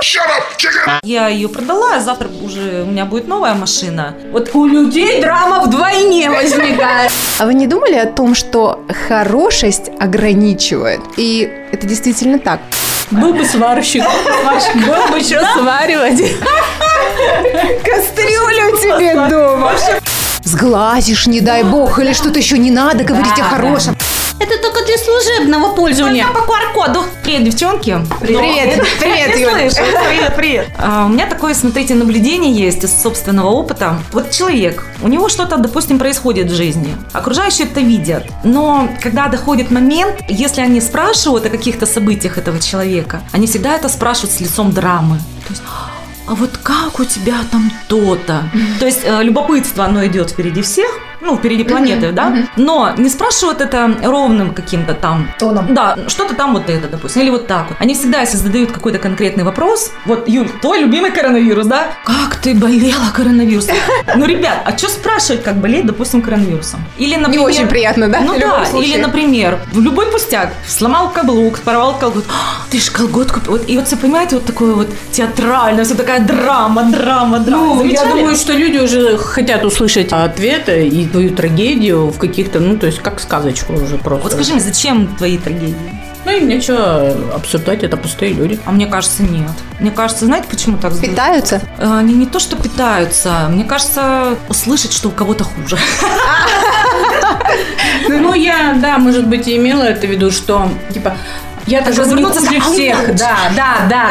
shut up, chicken! Я ее продала, а завтра уже у меня будет новая машина. Вот У людей драма вдвойне возникает. А вы не думали о том, что хорошесть ограничивает? И это действительно так. Был бы сварщик, был бы что сваривать. Кастрюлю тебе дома. Сглазишь, не дай бог, или что-то еще не надо говорить о хорошем. это только для служебного пользования. По QR-коду. Привет, девчонки. Привет, привет, Юля. Привет, привет. А, у меня такое, смотрите, наблюдение есть из собственного опыта. Вот человек, у него что-то, допустим, происходит в жизни. Окружающие это видят. Но когда доходит момент, если они спрашивают о каких-то событиях этого человека, они всегда это спрашивают с лицом драмы. То есть, а вот как у тебя там то-то? То есть э, любопытство, оно идет впереди всех, ну, впереди планеты, да? Но не спрашивают это ровным каким-то там Тоном. да, что-то там вот это, допустим, или вот так вот. Они всегда, если задают какой-то конкретный вопрос, вот, Юль, твой любимый коронавирус, да? Как ты болела коронавирусом? Ну, ребят, а что спрашивать, как болеть, допустим, коронавирусом? Или, Не например... очень приятно, да? Ну в любом да, случае? или, например, в любой пустяк, сломал каблук, порвал колготку, «А, ты ж колготку, вот, и вот, все понимаете, вот такое вот театральное, все такая драма, драма, драма. Ну, я Замечали? думаю, что люди уже хотят услышать ответы и твою трагедию в каких-то, ну, то есть, как сказочку уже просто. Вот скажи мне, зачем твои трагедии? Ну, им нечего обсуждать, это пустые люди. А мне кажется, нет. Мне кажется, знаете, почему так сделали? Питаются? Э, Они не то, что питаются, мне кажется, услышать, что у кого-то хуже. Ну, я, да, может быть, и имела это в виду, что, типа, я-то Так живу не развернуться и хуже сказать, «А у меня всех. лучше». Да, да, да,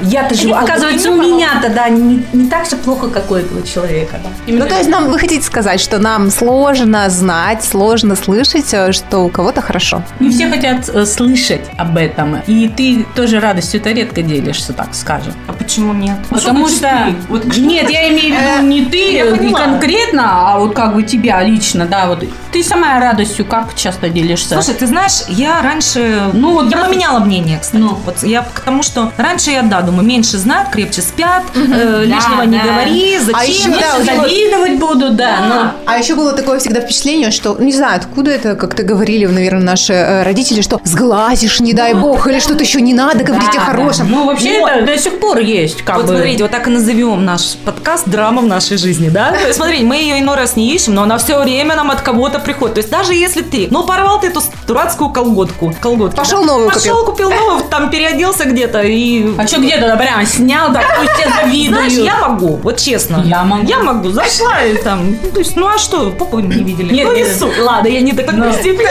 да. Я-то живу. вот Оказывается, у именно меня-то, да, не, не так же плохо, как у этого человека. да. Именно Ну, то есть нам вы хотите сказать, что нам сложно знать, сложно слышать, э, что у кого-то хорошо. Не все хотят э, слышать об этом. И ты тоже радостью это редко делишься, так скажем. А почему нет? Потому что... Нет, я имею в виду не ты, я э, не поняла. конкретно, а вот как бы тебя лично, да, вот. Ты сама радостью как часто делишься? Слушай, ты знаешь, я раньше... Ну, вот я раз- поменяла мнение, кстати. Ну. Вот я к тому, что раньше я, да, думаю, меньше знают, крепче спят, э, лишнего Да, не да. А говори, зачем. еще, Меньше да, вот завидуй. завидовать буду, да, но... А еще было такое всегда впечатление, что, ну, не знаю, откуда это, как ты говорили, наверное, наши э, родители, что сглазишь, не дай бог, или что-то еще не надо говорить о Да, хорошем. да. Ну, вообще, Вот. это до сих пор есть, как вот бы. смотрите, вот так и назовем наш подкаст «Драма в нашей жизни», да? То есть, смотрите, мы ее иной раз не ищем, но она все время нам от кого-то приходит. То есть, даже если ты, ну, порвал ты эту дурацкую колготку, колготки, Пошел да? новую Пошел, купил новую, там переоделся где-то и... А что где-то да, прям снял, да, пусть все завидуют. Знаешь, я могу, вот честно. Я могу. Я могу, зашла и там, ну, то есть, ну а что, попу не видели. Нет, ну, нет, не нет. суть. Ладно, я не до такой Но. степени.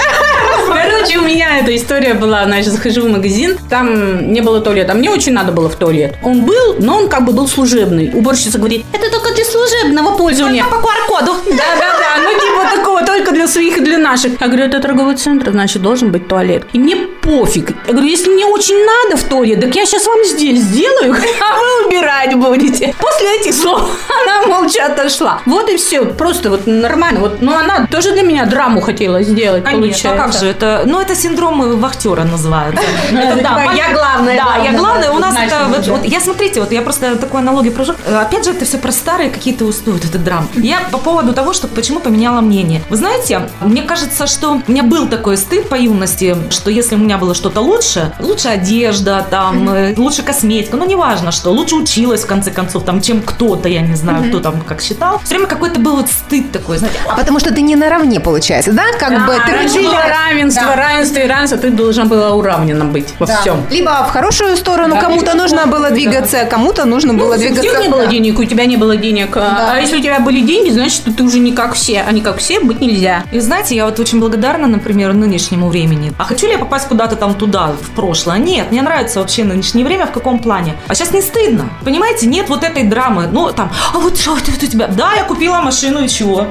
Короче, у меня эта история была, значит, захожу в магазин, там не было туалета, а мне очень надо было в туалет. Он был, но он как бы был служебный. Уборщица говорит, это только для служебного пользования. Только по QR-коду. Да-да-да, ну типа такого, только для своих и для наших. Я говорю, это торговый центр, значит, должен быть туалет. И мне пофиг. Я говорю, если мне очень надо в туалет, так я сейчас вам здесь сделаю, а вы убирать будете. После этих слов она молча отошла. Вот и все, просто вот нормально. Вот, ну она тоже для меня драму хотела сделать, Конечно, а получается. как же это? Ну, это синдром вахтера называется. Это такая, «Я главная, Да, главная», я главная. У вот, нас значит, это вот, уже. вот я смотрите, вот я просто такую аналогию прожу. Э, Опять же, это все про старые какие-то устои, вот это драм. Я по поводу того, что почему поменяла мнение. Вы знаете, мне кажется, что у меня был такой стыд по юности, что если у меня было что-то лучше, лучше одежда, там, э, лучше косметика, ну неважно что, лучше училась в конце концов, там, чем кто-то, я не знаю, кто там как считал. Все время какой-то был вот стыд такой, знаете, А потому что ты не наравне, получается, да? Как Да, бы ты раньше было родилась- равенство, равенство и равенство. Ты должна была уравнена быть во Да. всем. Либо в хорошую сторону Да, кому-то либо нужно в было плохую, двигаться, кому-то нужно было у двигаться. всех Ну, не было денег, у тебя не было денег. А- Да. А если у тебя были деньги, значит, ты уже не как все. А не как все быть нельзя. И знаете, я вот очень благодарна, например, нынешнему времени. А хочу ли я попасть куда-то там туда, в прошлое? Нет, мне нравится вообще нынешнее время, в каком плане. А сейчас не стыдно. Понимаете, нет вот этой драмы. Ну, там, а вот что это вот у тебя? Да, я купила машину и чего?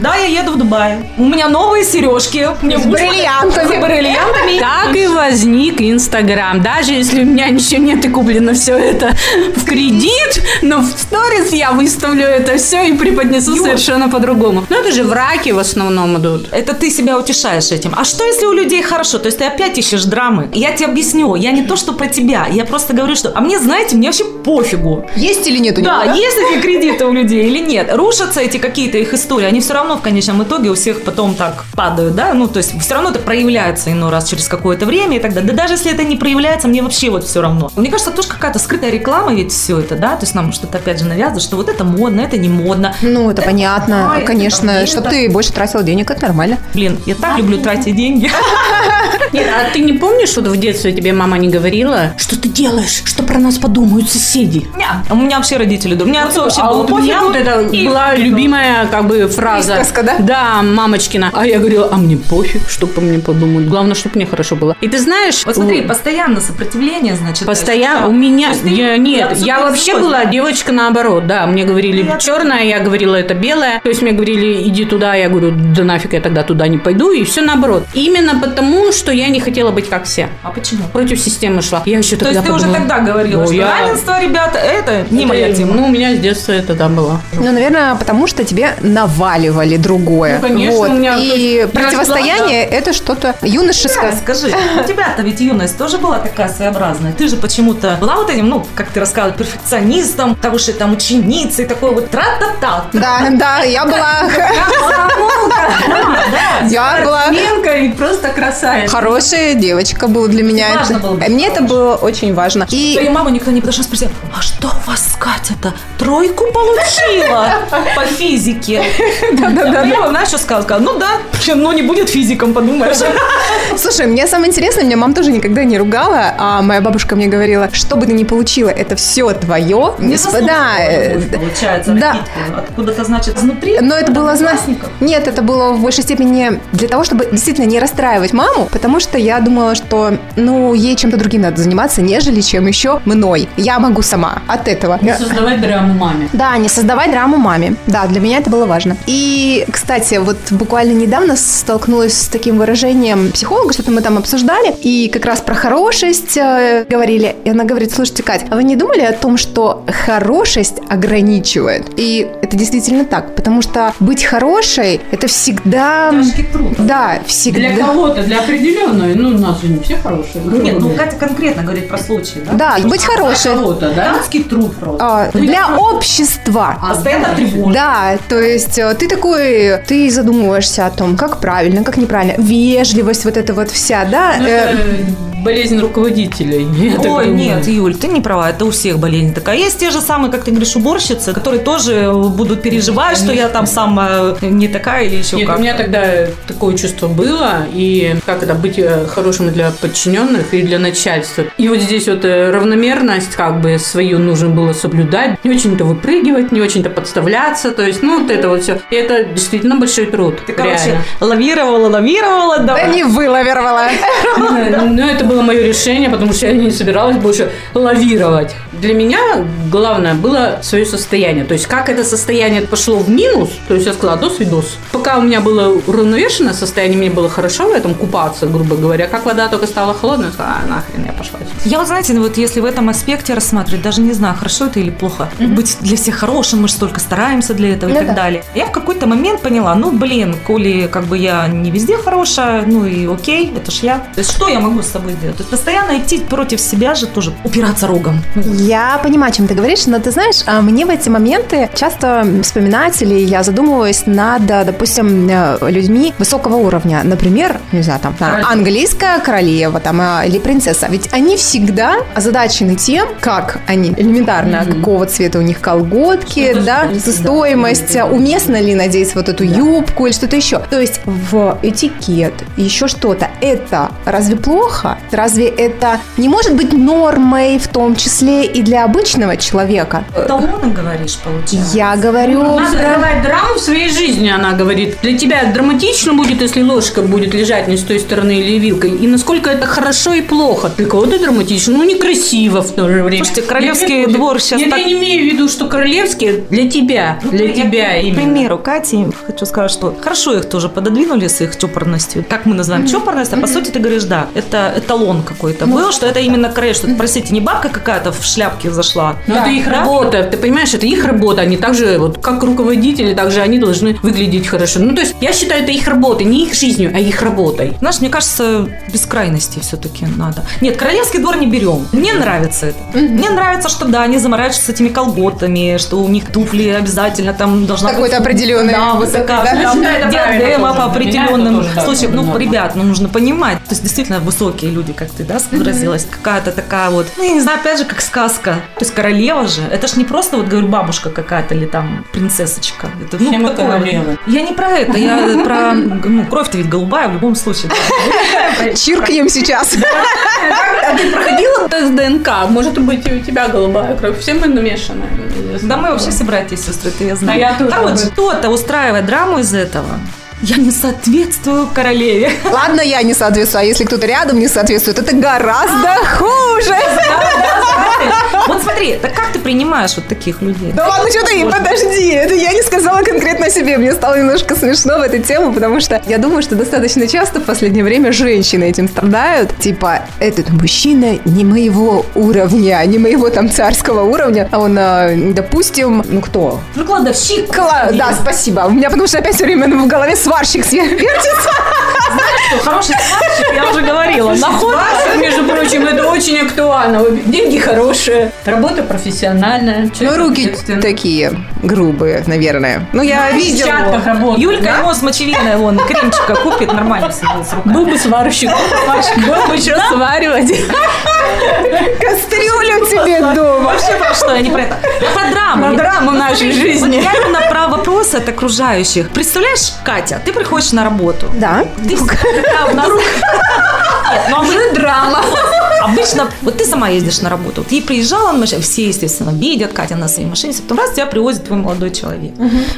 Да, я еду в Дубай. У меня новые сережки. Мне С муж- бриллиантами. С бриллиантами. Так и возник Инстаграм. Даже если у меня ничего нет и куплено все это в кредит, но в сторис я выставлю это все и преподнесу совершенно по-другому. Ну, это же враки в основном идут. Это ты себя утешаешь этим. А что, если у людей хорошо? То есть ты опять ищешь драмы? проблемы. Я тебе объясню. Я не то, что про тебя. Я просто говорю, что... А мне, знаете, мне вообще пофигу. Есть или нет у Да, него? есть эти кредиты у людей или нет? Рушатся эти какие-то их истории, они все равно в конечном итоге у всех потом так падают, да? Ну, то есть все равно это проявляется иной раз через какое-то время и так далее. Да даже если это не проявляется, мне вообще вот все равно. Мне кажется, тоже какая-то скрытая реклама ведь все это, да? То есть нам что-то опять же навязывают, что вот это модно, это не модно. Ну, это понятно, ой, это конечно. там Чтобы лето. ты больше тратил денег, это нормально. Блин, я так А, люблю тратить деньги. Нет, а ты не помнишь, что в детстве тебе мама не говорила, что ты делаешь, что про нас подумают соседи? Ня. А У меня вообще родители думают. У меня отцу вообще а было вот у меня пофигу. вот это И- была любимая как бы фраза. Присказка, да? Да, мамочкина. А я говорила, а мне пофиг, что по мне подумают. Главное, чтобы мне хорошо было. И ты знаешь... Вот смотри, у- постоянно сопротивление, значит. Постоянно да. у меня То есть ты- я, ты нет, отсюда я вообще изводишь. была девочка наоборот, да, мне говорили Я- черное, я говорила это белое, то есть мне говорили иди туда, я говорю да нафиг я тогда туда не пойду и все наоборот. Именно потому, что я не хотела быть как все, А почему? против системы шла. Я еще То тогда есть ты уже подумала, тогда говорила, «Ну, что я- равенство, ребята, это не это- моя тема. Ну у меня с детства это да было. Ну, наверное, потому что тебе наваливали другое. Ну, конечно, вот. у меня, то есть, И я противостояние это что-то юношеское. Да, скажи, у тебя-то ведь юность тоже была такая своеобразная. Ты же почему-то была вот этим, ну, как ты рассказывала, перфекционистом, того, что там ученицей, такой вот тра-та-та. Да, да, я была, я была Менка и просто красавица. хорошая девочка была для меня. Важно это. было быть Мне это было очень важно. Твою И маму никто не подошел спросил, а что у вас Катя-то? Тройку получила по физике. Да, да, да. Я знаешь, что сказала? Сказала, ну да, ну не будет физиком, подумаешь. слушай, мне самое интересное, меня мама тоже никогда не ругала, а моя бабушка мне говорила, что бы ты ни получила, это все твое. Не да, э, заслуженно, получается, да. Ну, родители. Откуда-то, значит, изнутри. Но это было зна- Одноклассников. Нет, это было в большей степени для того, чтобы действительно не расстраивать маму, потому что я думала, что ну ей чем-то другим надо заниматься, нежели чем еще мной. Я могу сама от этого. Я- Создавать драму маме. Да, не создавать драму маме. Да, для меня это было важно. И, кстати, вот буквально недавно столкнулась с таким выражением психолога, что-то мы там обсуждали, и как раз про хорошесть э, говорили. И она говорит, слушайте, Кать, а вы не думали о том, что хорошесть ограничивает? И это действительно так, потому что быть хорошей – это всегда... Тяжкий труд. Да, всегда. кого-то, для определенной, ну у нас же не все хорошие. Нет, ну Катя конкретно говорит про случай, да? Да, быть хорошей. кого-то, Тяжкий труд просто. А А, Для общества. Постоянно тревожит. Да, то есть э, ты такой, ты задумываешься о том, как правильно, как неправильно, вежливость вот эта вот вся, да? Ну, э, это болезнь руководителей. я так Ой, думаю. нет, Юль, ты не права, это у всех болезнь такая. Есть те же самые, как ты говоришь, уборщицы, которые тоже будут переживать, что я там самая не такая или еще Нет, как. у меня тогда такое чувство было, и как это, быть э, хорошим и для подчиненных, и для начальства. И вот здесь вот э, равномерность, как бы, свою нужно было соблюдать, не очень-то выпрыгивать, не очень-то подставляться, то есть, ну, вот это вот все. И это действительно большой труд, Ты, короче, реально. лавировала, лавировала, Да да. не вылавировала. Но ну, это было мое решение, потому что я не собиралась больше лавировать. Для меня главное было свое состояние. То есть, как это состояние пошло в минус, то есть я сказала, дос видос. Пока у меня было уравновешенное состояние, мне было хорошо в этом купаться, грубо говоря. Как вода только стала холодной, я сказала, а, нахрен, я пошла. отсюда». Я вот, знаете, ну вот если в этом аспекте рассматривать, даже не знаю, хорошо это или плохо, быть для всех хорошим, мы же столько стараемся для этого Ну и так да. далее. Я в какой-то момент поняла, ну, блин, коли как бы я не везде хорошая, ну и окей, это ж я. То есть что я могу с собой сделать? То есть постоянно идти против себя же тоже, упираться рогом. Ну, Я понимаю, о чем ты говоришь, но ты знаешь, а мне в эти моменты часто вспоминать или я задумываюсь над, а, допустим, э, людьми высокого уровня. Например, не знаю, там, а, Королева. английская королева там, а, или принцесса. Ведь они всегда озадачены тем, как они элементарно, Мгм. какого цвета у них колготки, Что-то да, стоит, да. стоимость, а, уместно ли надеть вот эту юбку или что-то еще. То есть в этикет, еще что-то, это разве плохо? Разве это не может быть нормой, в том числе и для обычного человека? Талоны, говоришь, получается. Я говорю Надо про... давать драму в своей жизни, она говорит. Для тебя драматично будет, если ложка будет лежать не с той стороны или вилкой. И насколько это хорошо и плохо. Для кого-то драматично, ну некрасиво в то же время. Слушайте, королевский Нет, двор сейчас Нет, так- я не имею в виду, что королевские для тебя. Ну, для я, тебя К именно. примеру, Кате хочу сказать, что хорошо их тоже пододвинули с их чопорностью. Как мы называем чопорность, а по сути ты говоришь, да, это эталон какой-то Ну, был, что это именно крей, что, простите, не бабка какая-то в шляпке зашла. Но Да. Ну, это их Да? работа, ты понимаешь, это их работа, они также, вот как руководители, также они должны выглядеть хорошо. Ну, то есть, я считаю, это их работа, не их жизнью, а их работой. Знаешь, мне кажется, без крайности все-таки надо. Нет, королевский двор не берем. Мне нравится это. Мгм. Мне нравится, что да, они заморачиваются этими колготами, что у них туфли обязательно там должна быть Какой-то определенный. да, вот такая Да. прям Да, это правильно диадема тоже. по определенным Меня это тоже, да, случаям. Ну, норма. ребят, ну нужно понимать. То есть действительно высокие люди, как ты, да, выразилась, какая-то такая вот, ну, я не знаю, опять же, как сказка. То есть королева же, это ж не просто, вот говорю, бабушка какая-то или там принцессочка. Это, Все мы такое. королевы. Я не про это, я про, ну, кровь-то ведь голубая в любом случае. Чиркнем сейчас. А ты проходила тест ДНК? Может быть, и у тебя голубая кровь? Все мы намешаны. Да мы вообще все братья и сестры, ты я знаю. Да, я тоже Там об вот этом. кто-то устраивает драму из этого. Я не соответствую королеве. Ладно, я не соответствую, а если кто-то рядом не соответствует, это гораздо хуже. Вот смотри, так как ты принимаешь вот таких людей? Да ладно, что ты, подожди, это я не сказала конкретно себе, мне стало немножко смешно в эту тему, потому что я думаю, что достаточно часто в последнее время женщины этим страдают, типа, этот мужчина не моего уровня, не моего там царского уровня, а он, э, допустим, ну кто? Ну, кладовщик. Кла- да, спасибо. У меня потому что опять все время в голове сварщик вертится. Что, хороший сварщик, я уже говорила. Нахуй. Находка, между прочим, это очень актуально. Деньги хорошие, работа профессиональная. Ну, человек руки ответственный. такие грубые, наверное. Ну, я В видела. перчатках работает. Юлька ему с мочевиной вон кремчика купит, нормально все будет с руками. Был бы сварщик, был бы еще сваривать. Кастрюлю тебе дома. Вообще про что, я не про это. Про драму. Про драму нашей Вот жизни. реально про вопросы от окружающих. Представляешь, Катя, ты приходишь на работу. Да. Ты всегда у нас... Нет, ну, Уже драма. Обычно, вот ты сама ездишь на работу, ты приезжала на машине, все, естественно, видят, Катя на своей машине, потом раз тебя привозит твой молодой человек.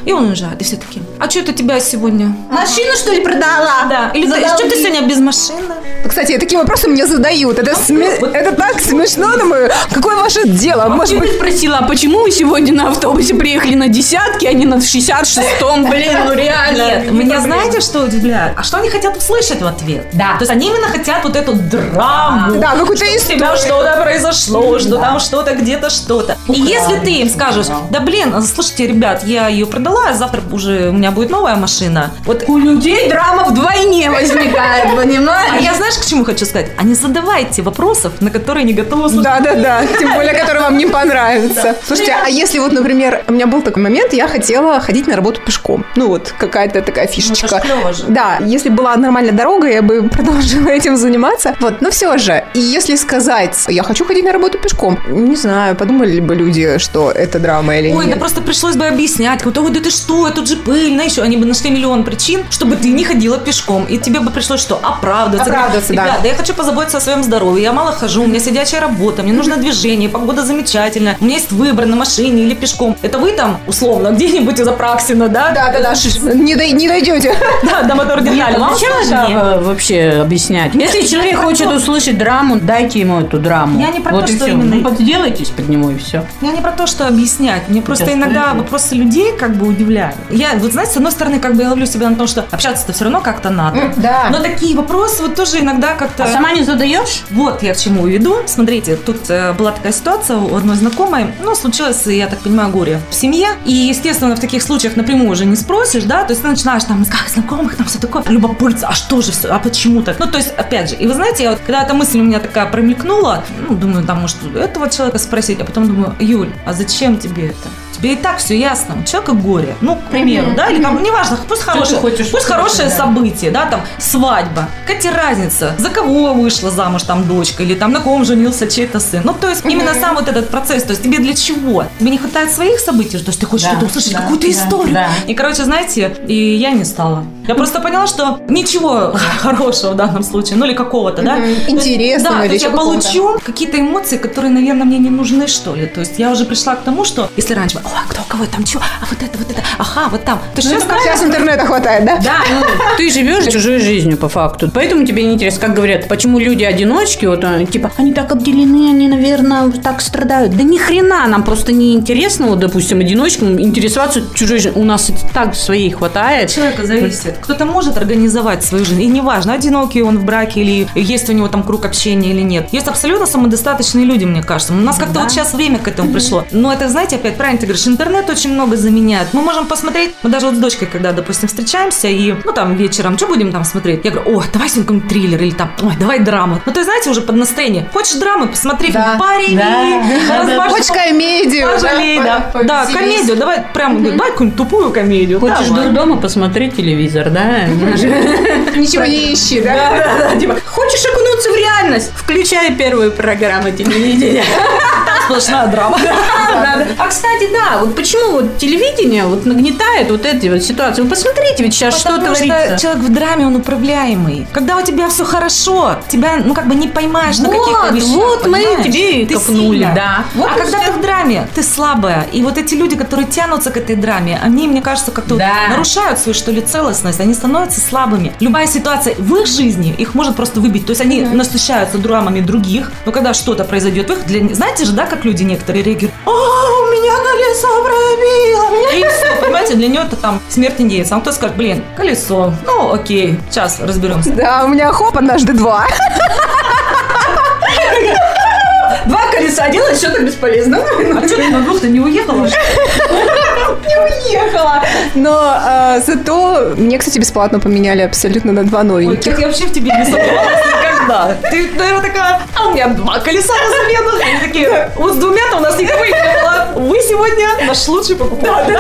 И он уезжает, и все таки а что это у тебя сегодня? Машину, что ли, продала? Да, или ты, что ты сегодня без машины? Кстати, такие вопросы мне задают. Это, Ну, сме- это так смешно, думаю. Какое ваше дело? Может Почему быть, ты спросила, а почему вы сегодня на автобусе приехали на десятке, а не на 66-м? Блин, ну реально. Нет, меня знаете, что удивляет? А что они хотят услышать в ответ? Да. То есть они именно хотят вот эту драму. да, ну, какую-то У тебя что-то произошло, что там что-то, где-то что-то. И если ты им скажешь, да блин, слушайте, ребят, я ее продала, а завтра уже у меня будет новая машина. Вот У людей драма вдвойне возникает, А понимаешь? я знаешь, к чему хочу сказать? А не задавайте вопросов, на которые не готовы услышать. Да, да, да. Тем более, который вам не понравится. Слушайте, а если вот, например, у меня был такой момент, я хотела ходить на работу пешком. Ну вот, какая-то такая фишечка. клево же. Да, если была нормальная дорога, я бы продолжила этим заниматься. Вот, но все же, и если сказать, я хочу ходить на работу пешком, не знаю, подумали ли бы люди, что это драма или Ой, да нет. просто пришлось бы объяснять, кому-то, ой, да ты что, тут же пыльно еще. Они бы нашли миллион причин, чтобы ты не ходила пешком. И тебе бы пришлось что, оправдываться. Оправдываться, да. Ребят, да я хочу позаботиться о своем здоровье. Я мало хожу, у меня сидячая работа, мне нужно движение, погода замечательная. У меня есть выбор на машине или пешком. Это вы там, условно, где-нибудь из Апраксина, да? Да, да, да, ш- не, дой- не дойдете. Да, до мотор детали. Вам Зачем сложнее. это э, вообще объяснять? Если человек хочет услышать драму, дайте ему эту драму. Ну, Я не про вот то, и что все. именно- Ну, подделайтесь под него и все. Я не про то, что объяснять. Мне просто Я иногда слышу. вопросы людей как бы удивляют. Я, вот знаете, с одной стороны, как бы я ловлю себя на том, что общаться-то все равно как-то надо. Да. Но такие вопросы вот тоже иногда как-то... А сама не задаешь? Вот я к чему веду. Смотрите, тут э, была такая ситуация у одной знакомой. Ну, случилось, я так понимаю, горе в семье. И, естественно, в таких случаях напрямую уже не спросишь, да? То есть ты начинаешь там искать знакомых, там все такое. Любопытство, а что же все, а почему так? Ну, то есть, опять же, и вы знаете, я вот, когда эта мысль у меня такая промелькнула, ну, думаю, там, может, у этого человека спросить, а потом думаю, Юль, а зачем тебе это? Тебе и так все ясно, у человека горе. Ну, к примеру, да, или там, неважно, пусть хорошее, хочешь пусть услышать, хорошее да. событие, да, там свадьба. Какая тебе разница, за кого вышла замуж там дочка или там на ком женился чей-то сын. Ну, то есть именно сам вот этот процесс, то есть тебе для чего? Тебе не хватает своих событий, то есть ты хочешь Да, что-то услышать, да, какую-то да, историю. да. И, короче, знаете, и я не стала. Я просто поняла, что ничего хорошего в данном случае, ну или какого-то, да. Мгм. Интересного Да, то или есть я еще какого-то. получу какие-то эмоции, которые, наверное, мне не нужны, что ли. То есть я уже пришла к тому, что если раньше, о, кто у кого там, что, а вот это, вот это, ага, вот там. Ну, То есть сейчас как- Сейчас интернета хватает, да? Да, ну, ты живешь чужой жизнью по факту. Поэтому тебе не интересно, как говорят, почему люди одиночки, вот э, типа, они так обделены, они, наверное, так страдают. Да ни хрена, нам просто не интересно, вот, допустим, одиночкам интересоваться чужой жизнью. У нас и так своей От хватает. человека зависит. Кто-то может организовать свою жизнь, и неважно, одинокий он в браке или есть у него там круг общения или нет. Есть абсолютно самодостаточные люди, мне кажется. У нас как-то вот сейчас время к этому пришло. Но это, знаете, опять правильно ты говоришь, интернет свет очень много заменяет. Мы можем посмотреть, мы даже вот с дочкой, когда, допустим, встречаемся, и, ну, там, вечером, что будем там смотреть? Я говорю, о, давай сегодня какой-нибудь триллер, или там, ой, давай драму. Ну, то есть, знаете, уже под настроение. Хочешь драмы, посмотри Да. фильм «Парень», Да. «Разбавь Хочешь комедию? Пожалей, да. по- Да, повеселись. комедию, давай прям, говорю, давай какую-нибудь тупую комедию. Хочешь Давай. дурдома, посмотри телевизор, да? Ничего не ищи, да? Да-да-да, типа, хочешь окунуться в реальность? Включай первую программу телевидения. Сплошная драма. Да, да. А кстати, да, вот почему вот телевидение вот нагнетает вот эти вот ситуации. Вы посмотрите, ведь сейчас что Потому творится. что человек в драме, он управляемый. Когда у тебя все хорошо, тебя, ну, как бы не поймаешь на каких-то Вот, вещах, вот мы понимаешь? тебе и Ты копнули, сильная. да. Вот а и когда всё. ты в драме, ты слабая. И вот эти люди, которые тянутся к этой драме, они, мне кажется, как-то вот Да. нарушают свою, что ли, целостность. Они становятся слабыми. Любая ситуация в их жизни их может просто выбить. То есть они насыщаются драмами других. Но когда что-то произойдет в их... Для... Знаете же, да, как люди некоторые реагируют? «А, у меня колесо пробило! И все, понимаете, для нее это там смерть индейца. А кто скажет, блин, колесо. Ну, окей, сейчас разберемся. Да, у меня хоп, однажды два. Два колеса делать, что-то бесполезно. А что ты на двух-то не уехала? Уехала. Но э, зато мне, кстати, бесплатно поменяли абсолютно на два Ой, новеньких. как я вообще в тебе не сомневалась никогда. Ты, наверное, такая, а у меня два колеса на замену. Они такие, вот с двумя-то у нас не выехало. Вы сегодня наш лучший покупатель.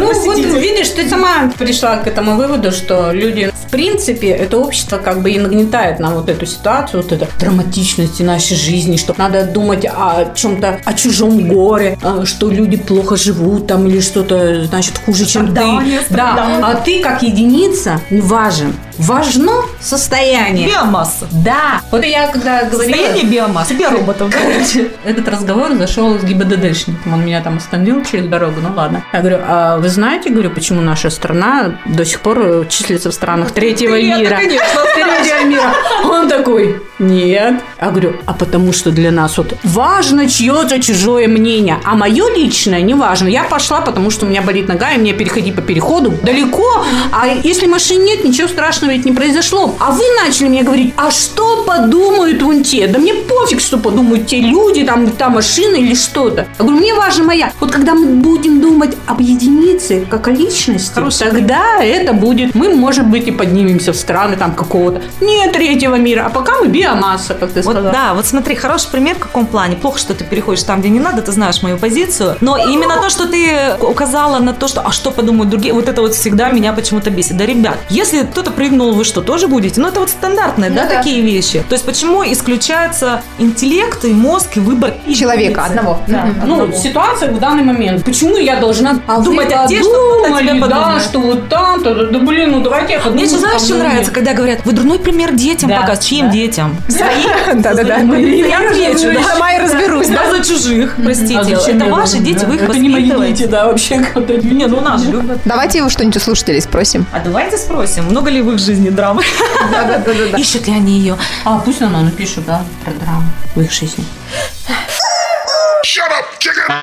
Ну вот видишь, ты сама пришла к этому выводу, что люди, в принципе, это общество как бы и нагнетает нам вот эту ситуацию, вот эту драматичность нашей жизни, что надо думать о чем-то, о чужом горе, а, что люди плохо живут там или что-то, значит, хуже, чем ты. Страдания, Да, страдания. а ты как единица важен. Важно состояние. Биомасса. Да. Вот я когда говорила... Состояние биомассы. Биороботов. Короче, этот разговор зашел с ГИБДДшником. Он меня там остановил через дорогу, ну ладно. Я говорю, а вы знаете, говорю, почему наша страна до сих пор э, числится в странах третьего Нет, мира? конечно. Третьего мира. Он такой, нет. Я говорю, а потому что для нас вот важно чье-то чужое мнение, а мое личное не важно. Я пошла, потому что у меня болит нога, и мне переходить по переходу далеко. А если машин нет, ничего страшного ведь не произошло. А вы начали мне говорить, а что подумают вон те? Да мне пофиг, что подумают те люди, там та машина или что-то. Я говорю, мне важно моя. Вот когда мы будем думать об единице, как о личности, Хороший тогда это будет. Мы, может быть, и поднимемся в страны там какого-то. Не третьего мира, а пока мы биомасса, как ты Вот, сказала. да, вот смотри, хороший пример в каком плане. Плохо, что ты переходишь там, где не надо, ты знаешь мою позицию. Но именно то, что ты указала на то, что а что подумают другие, вот это вот всегда меня почему-то бесит. Да, ребят, если кто-то прыгнул, вы что, тоже будете? Ну, это вот стандартные, Ну да, да. такие вещи. То есть, почему исключается интеллект и мозг и выбор Человека единицы? одного. Да. Мгм. Ну, ситуация в данный момент. Почему я должна А думать о те, том, что кто-то тебе да, подумает. что вот там, то, да, да, блин, ну давайте я подумаю. Мне еще знаешь, что подумаю. нравится, когда говорят, вы дурной пример детям Да, показываете. Чьим да. детям? Да-да-да. Я отвечу, да. Сама и разберусь, да? Да, за чужих, простите. А зачем это я ваши должна? дети, вы их Это не мои воспитываете. дети, да, вообще. как-то. Не, ну нас же любят. Давайте его что-нибудь у слушателей спросим. А давайте спросим, много ли в их жизни драмы? Да-да-да. Ищут ли они ее? А, пусть она напишет, да, про драму в их жизни. Shut up, chicken!